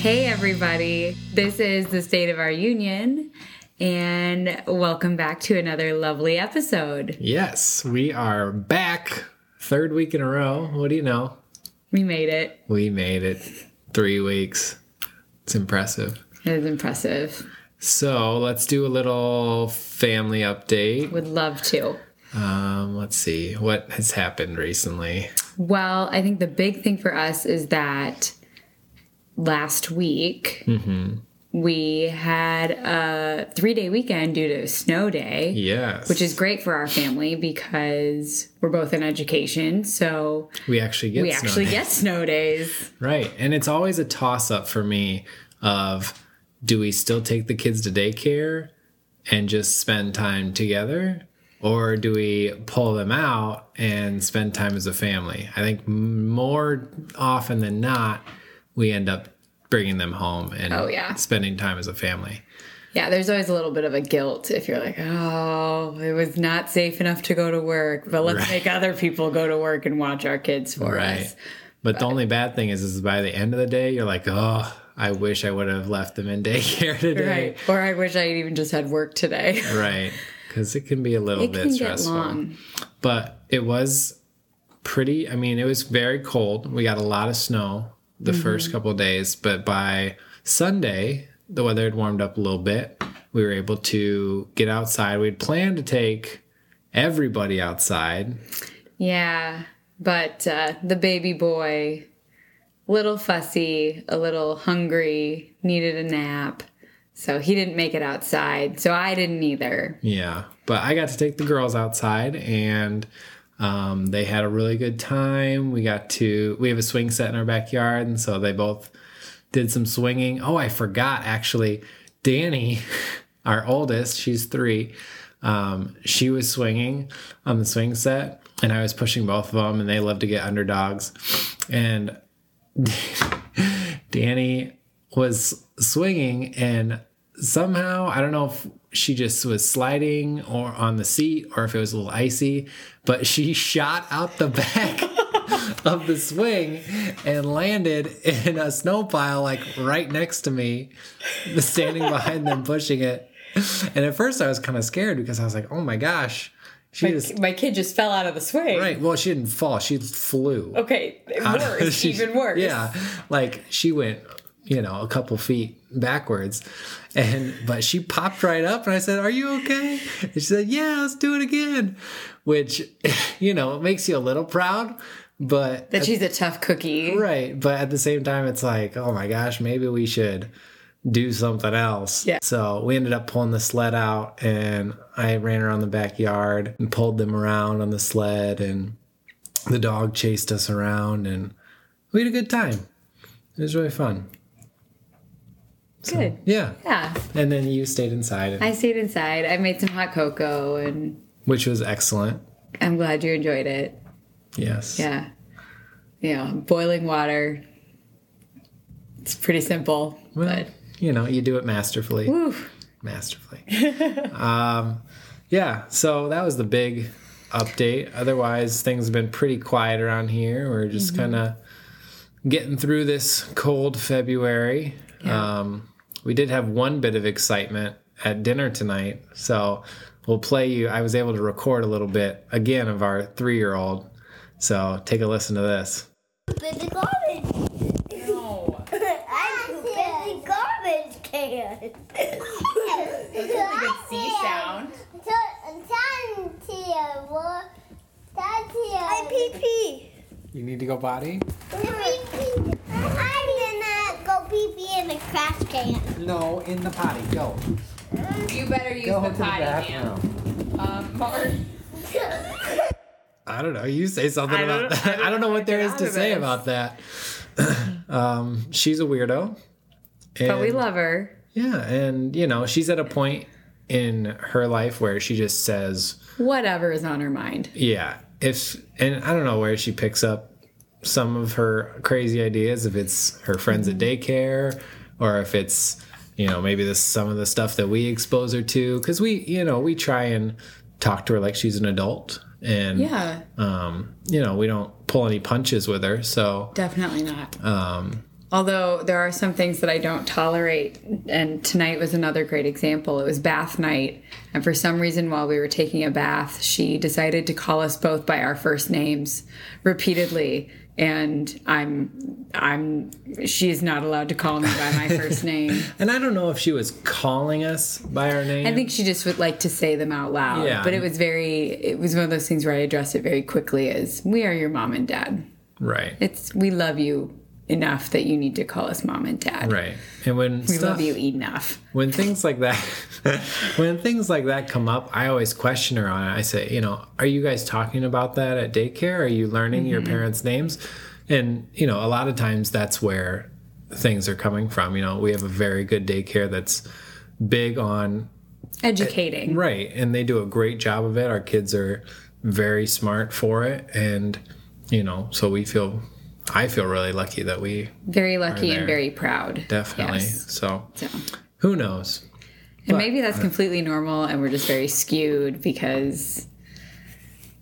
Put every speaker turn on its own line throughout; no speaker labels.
Hey, everybody. This is the State of Our Union, and welcome back to another lovely episode.
Yes, we are back. Third week in a row. What do you know?
We made it.
We made it. Three weeks. It's impressive.
It is impressive.
So let's do a little family update.
Would love to.
Um, let's see what has happened recently.
Well, I think the big thing for us is that last week
Mm-hmm.
we had a three day weekend due to snow day.
Yes.
Which is great for our family because we're both in education, so
we actually get
we
snow
actually
days.
get snow days.
Right. And it's always a toss up for me of do we still take the kids to daycare and just spend time together? Or do we pull them out and spend time as a family? I think m- more often than not, we end up bringing them home and
Oh, yeah.
spending time as a family.
Yeah, there's always a little bit of a guilt if you're like, oh, it was not safe enough to go to work, but let's make other people go to work and watch our kids for
Right.
us.
But the only bad thing is, is by the end of the day, you're like, oh, I wish I would have left them in daycare today.
Right. Or I wish I had even just had work today.
Right. Because it can be a little
It
bit
can get
stressful.
long.
but it was pretty i mean it was very cold we got a lot of snow the first couple of days but by sunday the weather had warmed up a little bit we were able to get outside we'd planned to take everybody outside
Yeah. But uh, the baby boy, little fussy, a little hungry, needed a nap. So he didn't make it outside. So I didn't either.
yeah but i got to take the girls outside and um, they had a really good time we got to we have a swing set in our backyard and so they both did some swinging. Oh, I forgot actually. Danny, our oldest, she's three. Um, she was swinging on the swing set, and I was pushing both of them, and they love to get underdogs. And Danny was swinging, and somehow I don't know if she just was sliding or on the seat or if it was a little icy, but she shot out the back of the swing and landed in a snow pile like right next to me, standing behind them pushing it. And at first I was kind of scared because I was like, "Oh my gosh, she just
My kid just fell out of the swing.
right." Well, she didn't fall; she flew.
Okay, worse,
She-
even worse.
Yeah, like she went, you know, a couple feet backwards, and but she popped right up, and I said, "Are you okay?" And she said, "Yeah, let's do it again," which, you know, it makes you a little proud, but
That she's a tough cookie.
Right. But at the same time, it's like, oh my gosh, maybe we should do something else.
Yeah.
So we ended up pulling the sled out and I ran around the backyard and pulled them around on the sled and the dog chased us around and we had a good time. It was really fun.
Good.
Yeah.
Yeah.
And then you stayed inside, and-
I stayed inside. I made some hot cocoa and
which was excellent.
I'm glad you enjoyed it.
Yes.
Yeah. Yeah. Boiling water. It's pretty simple.
Well,
but
you know, you do it masterfully.
Whew.
masterfully. um, yeah, so that was the big update. Otherwise, things have been pretty quiet around here. We're just kind of getting through this cold February. Um, we did have one bit of excitement at dinner tonight, so we'll play you. I was able to record a little bit again of our three year old. So take a listen to this.
the garbage. I'm the garbage can. um, I pee pee.
You need to go potty?
I'm gonna go pee pee in the trash can.
No, in the potty. Go.
You better use the potty, man. Um, Mark.
I don't know. You say something
I don't-
about that. I don't, know what there is to
out of
say
it.
about that. um, she's a weirdo. And,
But we love her.
Yeah, and you know, she's at a point in her life where she just says,
Whatever is on her mind.
yeah if and i don't know where she picks up some of her crazy ideas if it's her friends at
Mm-hmm.
daycare or if it's you know maybe this some of the stuff that we expose her to because we you know we try and talk to her like she's an adult and
Yeah.
um you know we don't pull any punches with her so
Definitely not.
um
Although there are some things that I don't tolerate, and tonight was another great example. It was bath night, and for some reason, while we were taking a bath, she decided to call us both by our first names repeatedly. And I'm, I'm, she's not allowed to call me by my first name.
And I don't know if she was calling us by our name.
I think she just would like to say them out loud.
Yeah.
But it was very, it was one of those things where I addressed it very quickly as we are your mom and dad.
right.
It's, we love you enough that you need to call us mom and dad.
right. And when
We
stuff,
love you enough.
when things like that when things like that come up, I always question her on it. I say, you know, are you guys talking about that at daycare? Are you learning your
Mm-hmm.
parents' names? And you know, a lot of times that's where things are coming from. You know, we have a very good daycare that's big on
Educating.
Right. And they do a great job of it. Our kids are very smart for it. And, you know, so we feel, I feel really lucky that we
Very lucky
there.
and very proud.
definitely,
Yes.
so
So,
who knows?
and maybe
uh,
that's completely normal and we're just very skewed because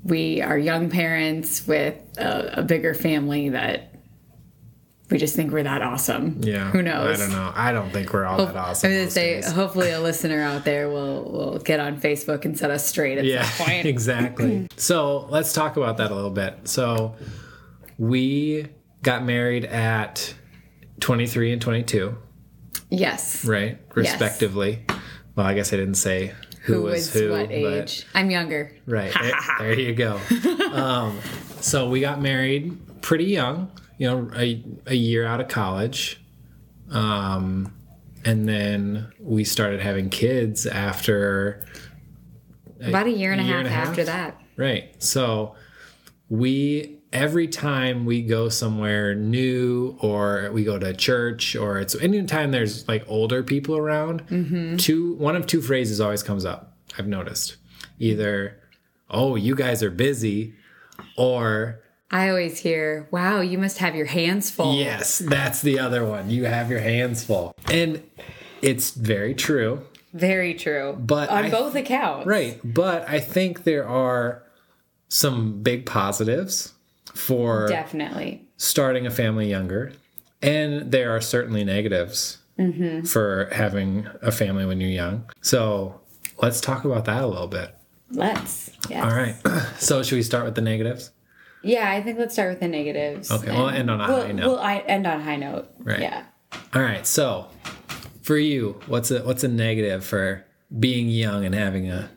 we are young parents with a, a bigger family that we just think we're that awesome.
Yeah.
Who knows?
I don't know. I don't think we're all that awesome.
I was gonna
these
say,
days.
hopefully, a listener out there will will get on Facebook and set us straight at some
yeah,
point.
exactly. So let's talk about that a little bit. So we got married at 23 and 22.
Yes.
right? Respectively. Well, I guess I didn't say who,
Who
was
was
who,
what
but-
age? I'm younger.
right? Eh, there you go. um, so we got married pretty young, you know, a, a year out of college, um, and then we started having kids after
About a year and a
year
half
and a half?
after that.
Right. So we every time we go somewhere new or we go to church or it's anytime there's like older people around, two one of two phrases always comes up. I've noticed. Either oh, you guys are busy or
I always hear, "Wow, you must have your hands full."
yes, that's the other one. You have your hands full. And it's very true.
Very true.
But
on
I-
both accounts,
Right. But I think there are some big positives for
Definitely.
starting a family younger. And there are certainly negatives
Mm-hmm.
for having a family when you're young. So let's talk about that a little bit.
Let's. Yes.
All right. So, should we start with the negatives?
Yeah, I think let's start with the negatives.
Okay, we'll end on a
we'll-
high note.
We'll I- end on a high note.
Right.
Yeah.
All right. So, for you, what's a what's a negative for being young and having a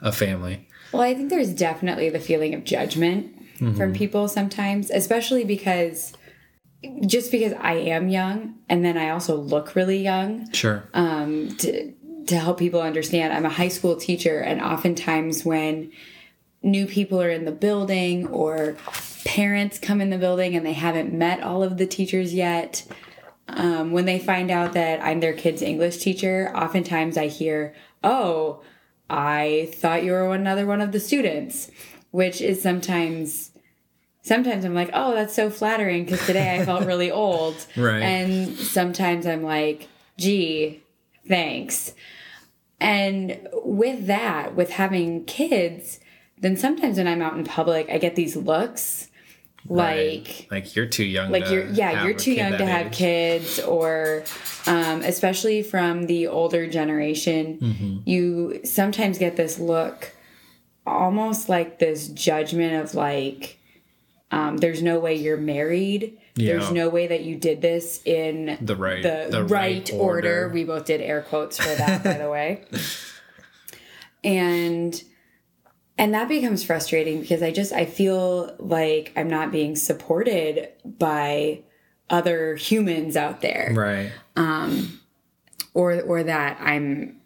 a family?
Well, I think there's definitely the feeling of judgment
Mm-hmm.
from people sometimes, especially because just because I am young and then I also look really young
Sure.
um, to, to help people understand. I'm a high school teacher, and oftentimes when new people are in the building or parents come in the building and they haven't met all of the teachers yet, um, when they find out that I'm their kid's English teacher, oftentimes I hear, Oh, I thought you were another one of the students, which is sometimes. Sometimes I'm like, oh, that's so flattering because today I felt really old.
Right.
And sometimes I'm like, gee, thanks. And with that, with having kids, then sometimes when I'm out in public, I get these looks like,
Right. like you're too young.
like
to
you're yeah
have
you're
a
too
kid
young
that
to have
age.
kids or um, especially from the older generation
Mm-hmm.
you sometimes get this look almost like this judgment of like um, there's no way you're married there's
Yeah.
no way that you did this in
The right
the, right, order.
order.
we both did air quotes for that by the way and and that becomes frustrating because i just i feel like i'm not being supported by other humans out there
Right.
or or that i'm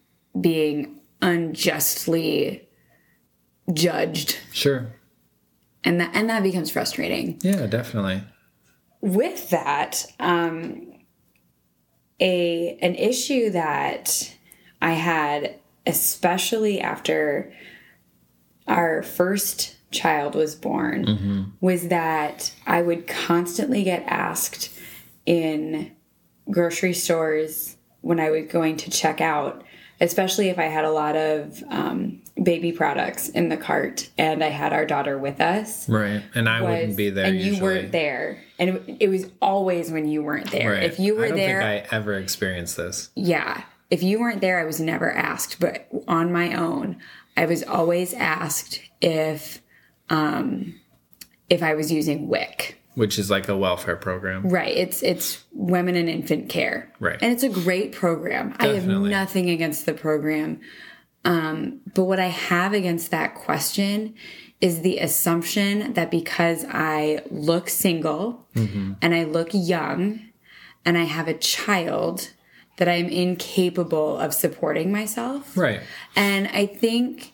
being unjustly judged
Sure.
and that and that becomes frustrating
Yeah. Definitely.
with that um a an issue that i had especially after our first child was born was that i would constantly get asked in grocery stores when i was going to check out especially if I had a lot of um, baby products in the cart and I had our daughter with us.
Right. And I
was-
wouldn't be there.
and
usually.
you weren't there, and it, it was always when you weren't there.
Right.
If you were
I don't
there,
think I ever experienced this.
yeah. If you weren't there, I was never asked, but on my own, I was always asked if um if I was using WIC.
Which is like a welfare program.
Right. It's it's women and infant care.
Right.
And it's a great program. I have
Definitely.
nothing against the program. Um, but what I have against that question is the assumption that because I look single
Mm-hmm.
and I look young and I have a child that I'm incapable of supporting myself.
Right.
And I think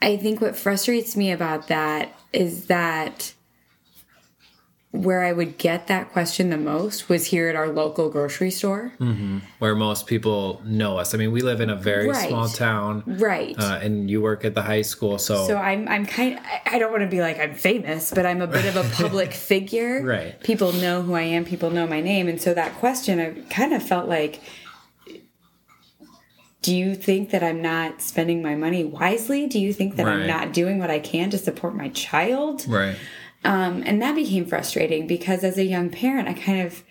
I think what frustrates me about that is that where I would get that question the most was here at our local grocery store.
Hmm. Where most people know us. I mean, we live in a very
Right.
small town.
Right.
Uh, and you work at the high school, so,
so I'm I'm kind I- I don't want to be like I'm famous, but I'm a bit of a public figure.
Right.
People know who I am, people know my name, and so that question I kind of felt like do you think that I'm not spending my money wisely? Do you think that I'm
Right.
not doing what I can to support my child?
right,
Um, and that became frustrating because as a young parent, I kind of,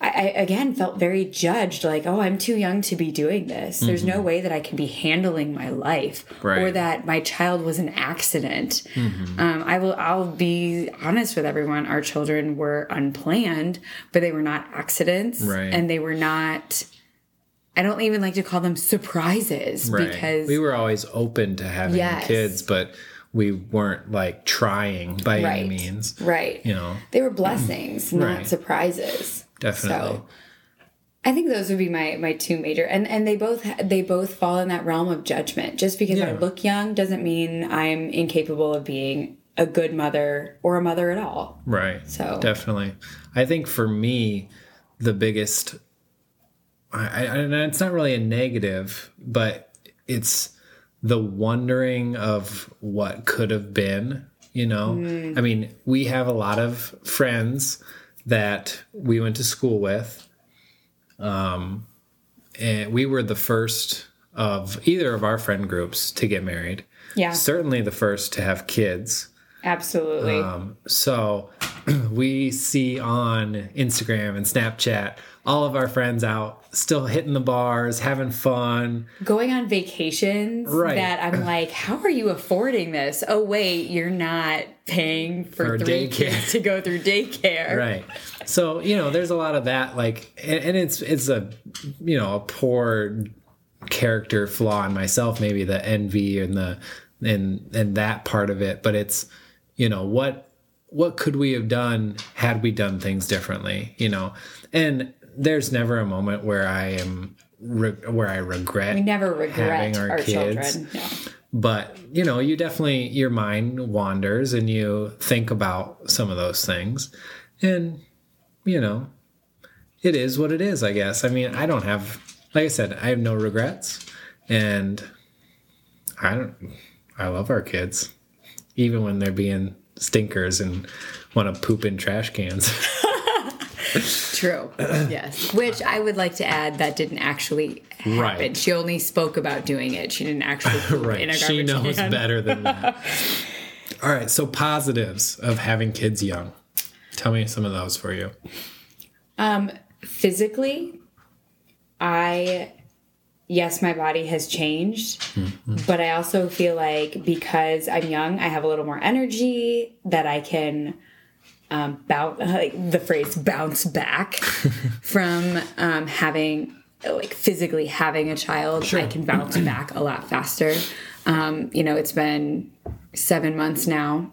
I, I again felt very judged like, oh, I'm too young to be doing this. There's no way that I can be handling my life or
Mm-hmm. Right. Mm-hmm.
that my child was an accident. Um, I will, I'll be honest with everyone. Our children were unplanned, but they were not accidents
Right.
and they were not, I don't even like to call them surprises
right.
because
we were always open to having
Yes.
kids, but we weren't like trying by
Right.
any means.
right.
You know,
They were blessings, not
Right.
surprises.
definitely.
So I think those would be my my two major and and they both they both fall in that realm of judgment. Just because I
Yeah.
look young doesn't mean I'm incapable of being a good mother or a mother at all.
Right.
So-
definitely, I think for me, the biggest, I, I and it's not really a negative, but it's the wondering of what could have been. You know,
Mm.
I mean, we have a lot of friends that we went to school with, um, and we were the first of either of our friend groups to get married.
Yeah.
Certainly, the first to have kids.
absolutely.
Um, so we see on Instagram and Snapchat all of our friends out still hitting the bars, having fun.
Going on vacations
Right.
that I'm like, how are you affording this? Oh wait, you're not paying for,
For
three
daycare.
kids to go through daycare.
Right. So, you know, there's a lot of that like and, and it's it's a you know, a poor character flaw in myself maybe the envy and the and and that part of it, but it's you know, what what could we have done had we done things differently, you know? And there's never a moment where I am re- where I regret
We never regret
Having
our,
our kids.
children. No.
but you know you definitely your mind wanders and you think about some of those things and you know it is what it is i guess i mean i don't have like i said i have no regrets and i don't i love our kids even when they're being stinkers and want to poop in trash cans
True. yes. Which I would like to add that didn't actually happen.
Right.
She only spoke about doing it. She didn't actually poop in a
right
garbage
she knows
can.
better than that all right so positives of having kids young tell me some of those for you
Um, physically, I yes, my body has changed, but I also feel like because I'm young, I have a little more energy that I can um, bounce. Like the phrase "bounce back" from um, having like physically having a child. I can bounce back a lot faster. Um, you know, it's been seven months now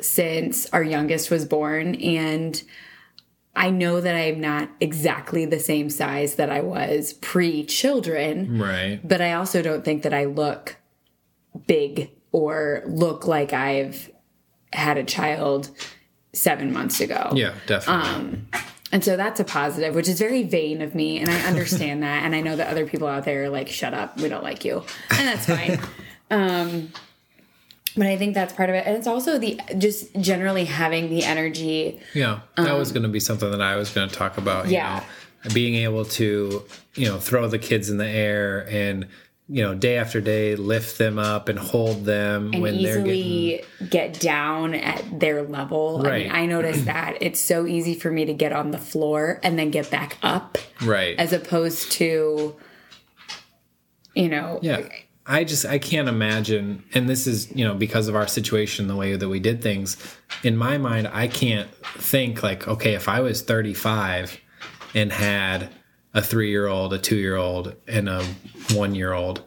since our youngest was born, and I know that I'm not exactly the same size that I was pre children,
right
but I also don't think that I look big or look like I've had a child seven months ago.
Yeah, definitely.
Um, And so that's a positive, which is very vain of me. And I understand that. And I know that other people out there are like, shut up, we don't like you. And that's fine. um, but I think that's part of it. And it's also the just generally having the energy
yeah, that was going to be something that I was going to talk about.
um,
You
Yeah.
know, being able to you know throw the kids in the air and you know day after day lift them up and hold them
and
when they're getting
easily get down at their level. I mean,
Right.
I noticed that it's so easy for me to get on the floor and then get back up
right
as opposed to, you know,
Yeah. I just I can't imagine and this is, you know, because of our situation the way that we did things, in my mind I can't think like okay, if I was 35 and had a 3-year-old, a 2-year-old and a 1-year-old,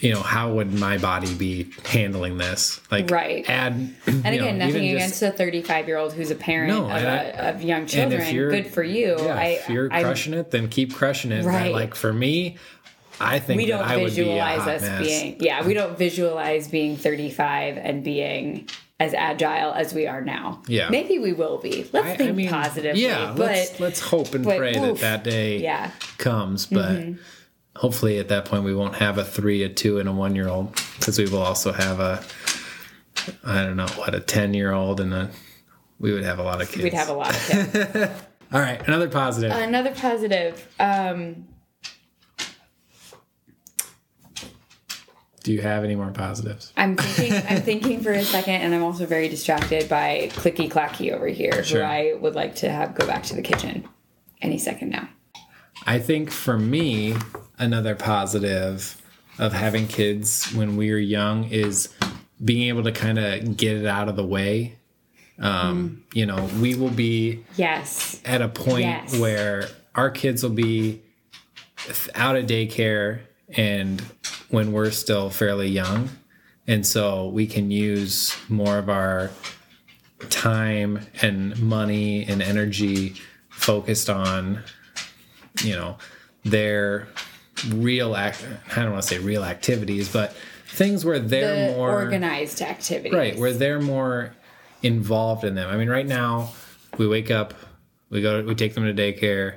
you know, how would my body be handling this? Like
Right.
add
And again, nothing against a 35 year old who's a parent
No,
of,
and I-
a, of young
and
children.
if you're
Good for you.
Yeah,
I,
if you're
I-
crushing it, then keep crushing it. But,
Right.
like for me, I think
we
that
don't
I would
visualize
be a hot
us
mess.
being, yeah, we don't visualize being 35 and being as agile as we are now.
Yeah.
Maybe we will be. Let's think positively.
Yeah,
but
let's let's hope and
but
pray
oof,
that that day
yeah. Mm-hmm.
comes. But hopefully, at that point, we won't have a three, a two, and a one-year-old because we will also have a I don't know what a ten-year-old and a we would have a lot of kids.
We'd have a lot Uh, of kids.
All right, another positive.
Another positive. Um,
Do you have any more positives?
I'm thinking. I'm thinking for a second, and I'm also very distracted by clicky clacky over here,
Sure.
who I would like to have go back to the kitchen any second now.
I think for me, another positive of having kids when we were young is being able to kind of get it out of the way. Um,
Mm.
You know, we will be
Yes.
at a point
Yes.
where our kids will be th- out of daycare and when we're still fairly young. And so we can use more of our time and money and energy focused on, you know, their real act. I don't want to say real activities, but things where they're
The
more
organized activities.
Right, where they're more involved in them. I mean, right now we wake up, we go, we take them to daycare.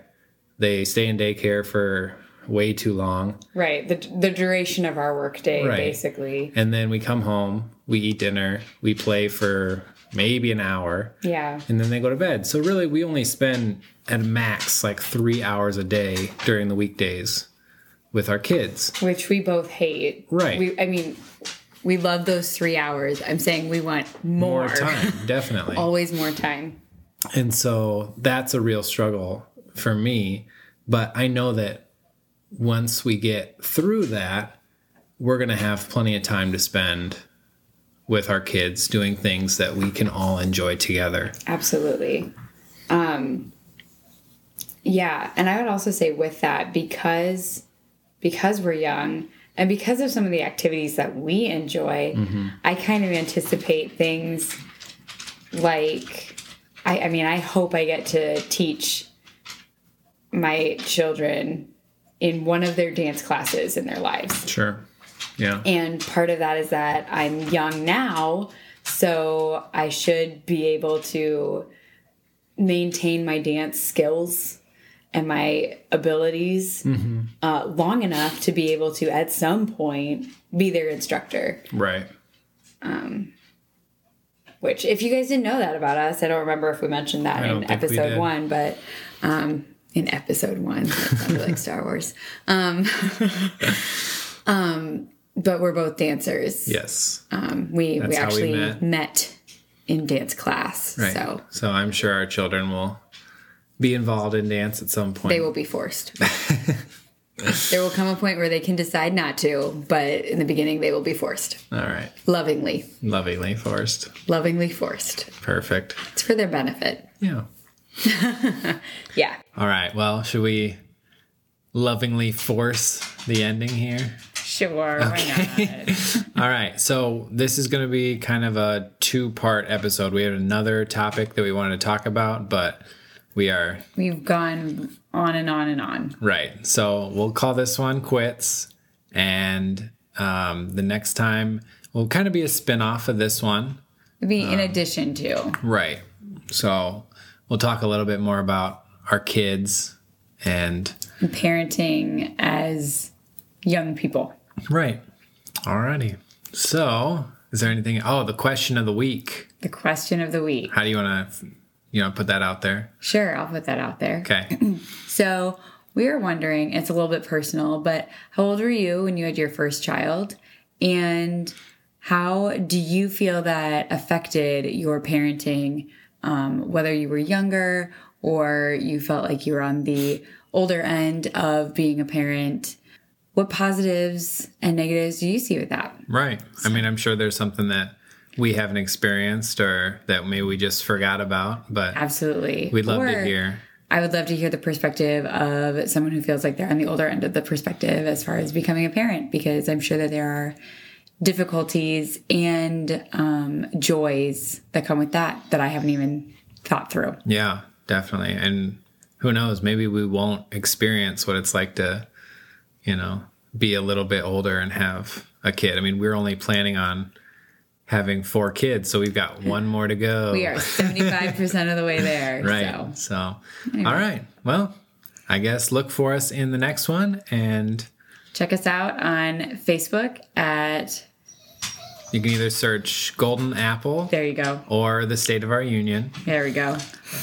They stay in daycare for way too long,
Right. The the duration of our workday,
Right.
basically.
and then we come home, we eat dinner, we play for maybe an hour,
Yeah.
and then they go to bed. So really, we only spend at max like three hours a day during the weekdays with our kids.
Which we both hate.
Right.
We. I mean, we love those three hours. I'm saying we want more.
More time, definitely.
Always more time.
And so that's a real struggle for me. But I know that once we get through that, we're going to have plenty of time to spend with our kids doing things that we can all enjoy together.
Absolutely. Um, yeah, and I would also say with that because because we're young and because of some of the activities that we enjoy, I kind of anticipate things like I, I mean, I hope I get to teach my children in one of their dance classes in their lives.
Sure. Yeah.
And part of that is that I'm young now, so I should be able to maintain my dance skills and my abilities
Mm-hmm.
uh, long enough to be able to, at some point, be their instructor.
Right.
Which, if you guys didn't know that about us, I don't remember if we mentioned that
don't
in
think we
episode
did.
one, but um, in episode one, that sounded like Star Wars. Um, um, but we're both dancers.
Yes.
we we
That's how we
actually met.
met.
in dance class
Right.
so
so I'm sure our children will be involved in dance at some point.
they will be forced there will come a point where they can decide not to but in the beginning they will be forced
All right.
lovingly
Lovingly forced.
lovingly forced
Perfect.
it's for their benefit
Yeah.
yeah
All right. Well, should we lovingly force the ending here?
sure
All right. So this is going to be kind of a two-part episode. We had another topic that we wanted to talk about, but we are
we've gone on and on and on
right. So we'll call this one quits, and um, the next time will kind of be a spin-off of this one.
It'd be in addition to
Right. So we'll talk a little bit more about our kids and
parenting as young people
right. Alrighty. So is there anything? Oh, the question of the week.
the question of the week
How do you want to? you know, put that out there.
Sure, I'll put that out there.
Okay.
So we were wondering, it's a little bit personal, but how old were you when you had your first child? And how do you feel that affected your parenting, um, whether you were younger or you felt like you were on the older end of being a parent? What positives and negatives do you see with that?
Right. I mean, I'm sure there's something that we haven't experienced or that maybe we just forgot about, but
Absolutely.
we'd love
Or-
to hear.
I would love to hear the perspective of someone who feels like they're on the older end of the perspective as far as becoming a parent, because I'm sure that there are difficulties and um, joys that come with that that I haven't even thought through.
Yeah, definitely. And who knows, maybe we won't experience what it's like to, you know, be a little bit older and have a kid. I mean, we're only planning on having four kids, so we've got one more to go.
We are 75% of the way there.
Right.
So
So, all right. Well, I guess look for us in the next one and
check us out on Facebook at,
you can either search Golden Apple
there you go.
or the State of Our Union.
There we go.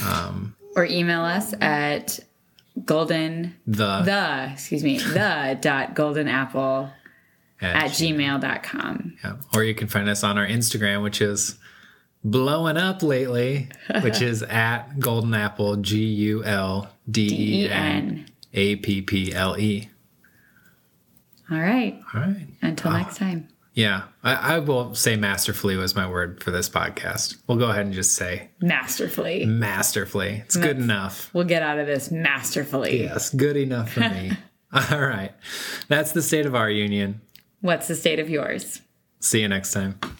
Um,
or email us at golden,
The,
the, excuse me, the dot golden apple at gmail.com.
Yeah. Or you can find us on our Instagram, which is blowing up lately, which is at Golden Apple, G U L D E N
E-N.
A P P L E.
All right.
All right.
Until next time.
Yeah. I, I will say masterfully was my word for this podcast. We'll go ahead and just say
Masterfully.
masterfully. It's good enough.
We'll get out of this masterfully.
Yes. Good enough for me. All right. That's the state of our union.
What's the state of yours?
See you next time.